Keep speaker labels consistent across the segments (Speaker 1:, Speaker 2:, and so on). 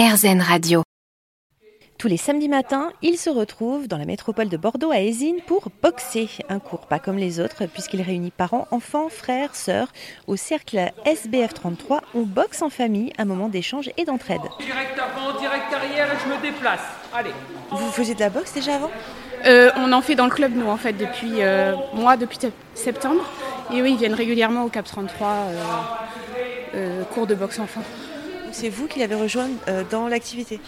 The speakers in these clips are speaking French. Speaker 1: RZN Radio.
Speaker 2: Tous les samedis matins, ils se retrouvent dans la métropole de Bordeaux àÉsine pour boxer. Un cours pas comme les autres, puisqu'il réunit parents, enfants, frères, sœurs. Au cercle SBF 33, on boxe en famille, un moment d'échange et d'entraide.
Speaker 3: Direct avant, direct arrière et je me déplace. Allez.
Speaker 2: Vous faisiez de la boxe déjà avant
Speaker 4: Euh, on en fait dans le club, nous, en fait, depuis euh, moi, depuis sep- septembre. Et eux, ils viennent régulièrement au Cap 33, euh, euh, cours de boxe enfant.
Speaker 2: C'est vous qui l'avez rejoint euh, dans l'activité.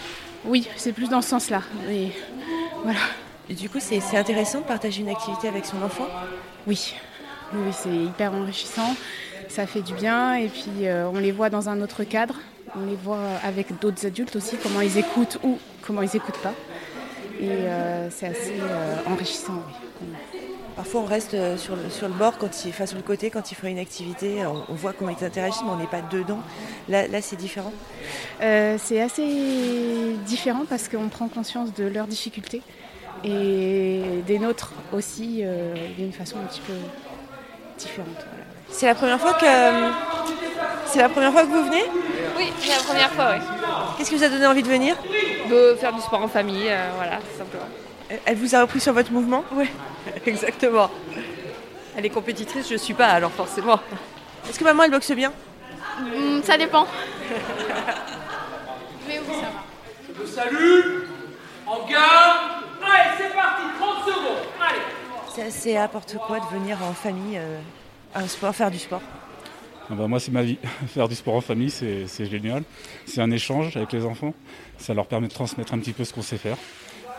Speaker 4: Oui, c'est plus dans ce sens-là. Mais voilà.
Speaker 2: Et Du coup, c'est c'est intéressant de partager une activité avec son enfant.
Speaker 4: Oui, oui, oui, c'est hyper enrichissant. Ça fait du bien. Et puis, euh, on les voit dans un autre cadre. On les voit avec d'autres adultes aussi, comment ils écoutent ou comment ils écoutent pas. Et euh, c'est assez euh, enrichissant, oui.
Speaker 2: Parfois, on reste euh, sur le, sur le bord, quand il, enfin sur le côté, quand il fait une activité. Euh, On, on voit comment ils interagissent, mais on n'est pas dedans. Là, là c'est différent.
Speaker 4: Euh, c'est assez différent parce qu'on prend conscience de leurs difficultés et des nôtres aussi euh, d'une façon un petit peu différente. voilà.
Speaker 2: C'est la première fois que. euh, C'est la première fois que vous venez
Speaker 5: Oui, c'est la première fois, oui.
Speaker 2: Qu'est-ce qui vous a donné envie de venir
Speaker 5: De faire du sport en famille, euh, voilà, tout simplement.
Speaker 2: Euh, Elle vous a repris sur votre mouvement
Speaker 6: Oui, exactement. Elle est compétitrice, je ne suis pas, alors forcément.
Speaker 2: Est-ce que maman elle boxe bien
Speaker 5: ça dépend.
Speaker 3: Je me salue. En garde. Allez, c'est parti. 30 secondes. Allez.
Speaker 2: Ça, c'est apporte quoi de venir en famille euh, à un sport, faire du sport
Speaker 7: Ah bah, moi, c'est ma vie. Faire du sport en famille, c'est c'est génial. C'est un échange avec les enfants. Ça leur permet de transmettre un petit peu ce qu'on sait faire.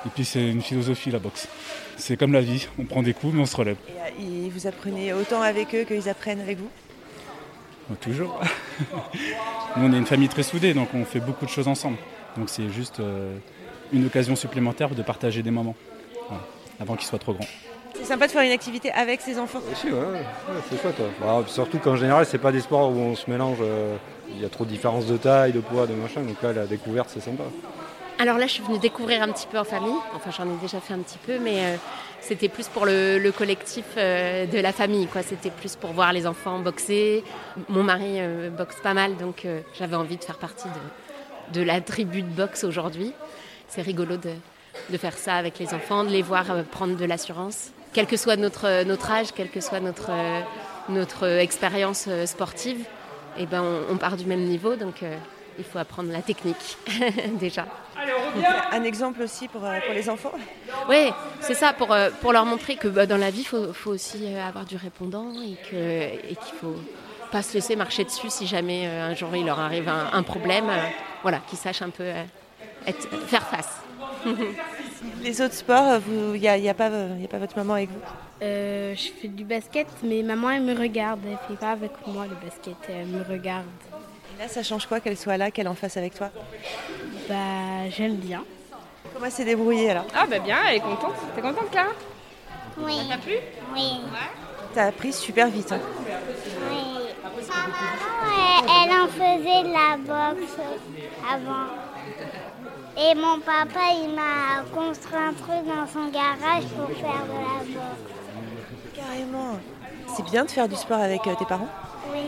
Speaker 7: Et puis, c'est une philosophie, la boxe. C'est comme la vie. On prend des coups, mais on se relève.
Speaker 2: Et, euh, ils- vous apprenez autant avec eux qu'ils apprennent avec vous
Speaker 7: Donc, toujours. Nous, on est une famille très soudée, donc on fait beaucoup de choses ensemble. Donc, c'est juste euh, une occasion supplémentaire de partager des moments. Voilà. Avant qu'ils soient trop grands.
Speaker 2: C'est sympa de faire une activité avec ses enfants.
Speaker 8: Si, ouais, ouais, ouais, c'est chouette. ouais. Bah, surtout qu'en général, c'est pas des sports où on se mélange. euh, Il y a trop de différences de taille, de poids, de machin. Donc là, la découverte, c'est sympa.
Speaker 9: Alors là, je suis venue découvrir un petit peu en famille. Enfin, j'en ai déjà fait un petit peu, mais euh, c'était plus pour le, le collectif euh, de la famille. quoi. C'était plus pour voir les enfants boxer. Mon mari euh, boxe pas mal, donc euh, j'avais envie de faire partie de, de la tribu de boxe aujourd'hui. C'est rigolo de, de faire ça avec les enfants, de les voir euh, prendre de l'assurance. Quel que soit notre, euh, notre âge, quelle que soit notre, euh, notre euh, expérience euh, sportive, eh ben, on, on part du même niveau, donc euh, il faut apprendre la technique déjà.
Speaker 3: Allez, on revient.
Speaker 2: Un exemple aussi pour, euh, pour les enfants.
Speaker 9: Oui, c'est ça, pour, euh, pour leur montrer que bah, dans la vie, il faut, faut aussi euh, avoir du répondant et que- et qu'il faut pas se laisser marcher dessus si jamais euh, un jour il leur arrive un, un problème. euh, voilà, qu'ils sachent un peu euh, être- faire face.
Speaker 2: Les autres sports, il n'y a, y a pas euh, y a pas votre maman avec vous
Speaker 10: Euh, je fais du basket, mais maman, elle me regarde. Elle fait pas avec moi le basket, elle me regarde.
Speaker 2: Et là, ça change quoi qu'elle soit là, qu'elle en fasse avec toi
Speaker 10: Bah, j'aime bien.
Speaker 2: Comment s'est débrouillée alors
Speaker 5: Ah bah bien, elle est contente. T'es contente, Clara
Speaker 10: Oui.
Speaker 5: T'as plu
Speaker 2: T'as appris super vite. hein.
Speaker 10: maman, elle, en faisait de la boxe avant. Et mon papa, il m'a construit un truc dans son garage pour faire de la boxe.
Speaker 2: Carrément. C'est bien de faire du sport avec euh, tes parents.
Speaker 10: Oui.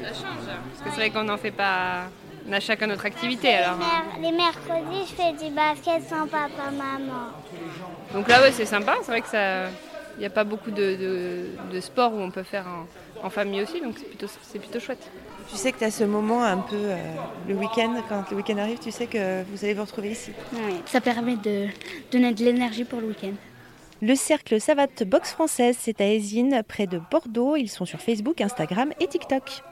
Speaker 5: Ça change. Parce que c'est vrai qu'on n'en fait pas... On a chacun notre activité, alors.
Speaker 10: les mercredis, je fais du basket sans papa, maman.
Speaker 5: Donc là, ouais, c'est sympa. C'est vrai que ça... Il n'y a pas beaucoup de, de, de sports où on peut faire en, en famille aussi, donc c'est plutôt, c'est plutôt chouette.
Speaker 2: Tu sais que tu as ce moment un peu euh, le week-end, quand le week-end arrive, tu sais que vous allez vous retrouver ici.
Speaker 10: Ça permet de donner de l'énergie pour le week-end.
Speaker 2: Le cercle Savate Boxe Française, c'est à Esine, près de Bordeaux. Ils sont sur Facebook, Instagram et TikTok.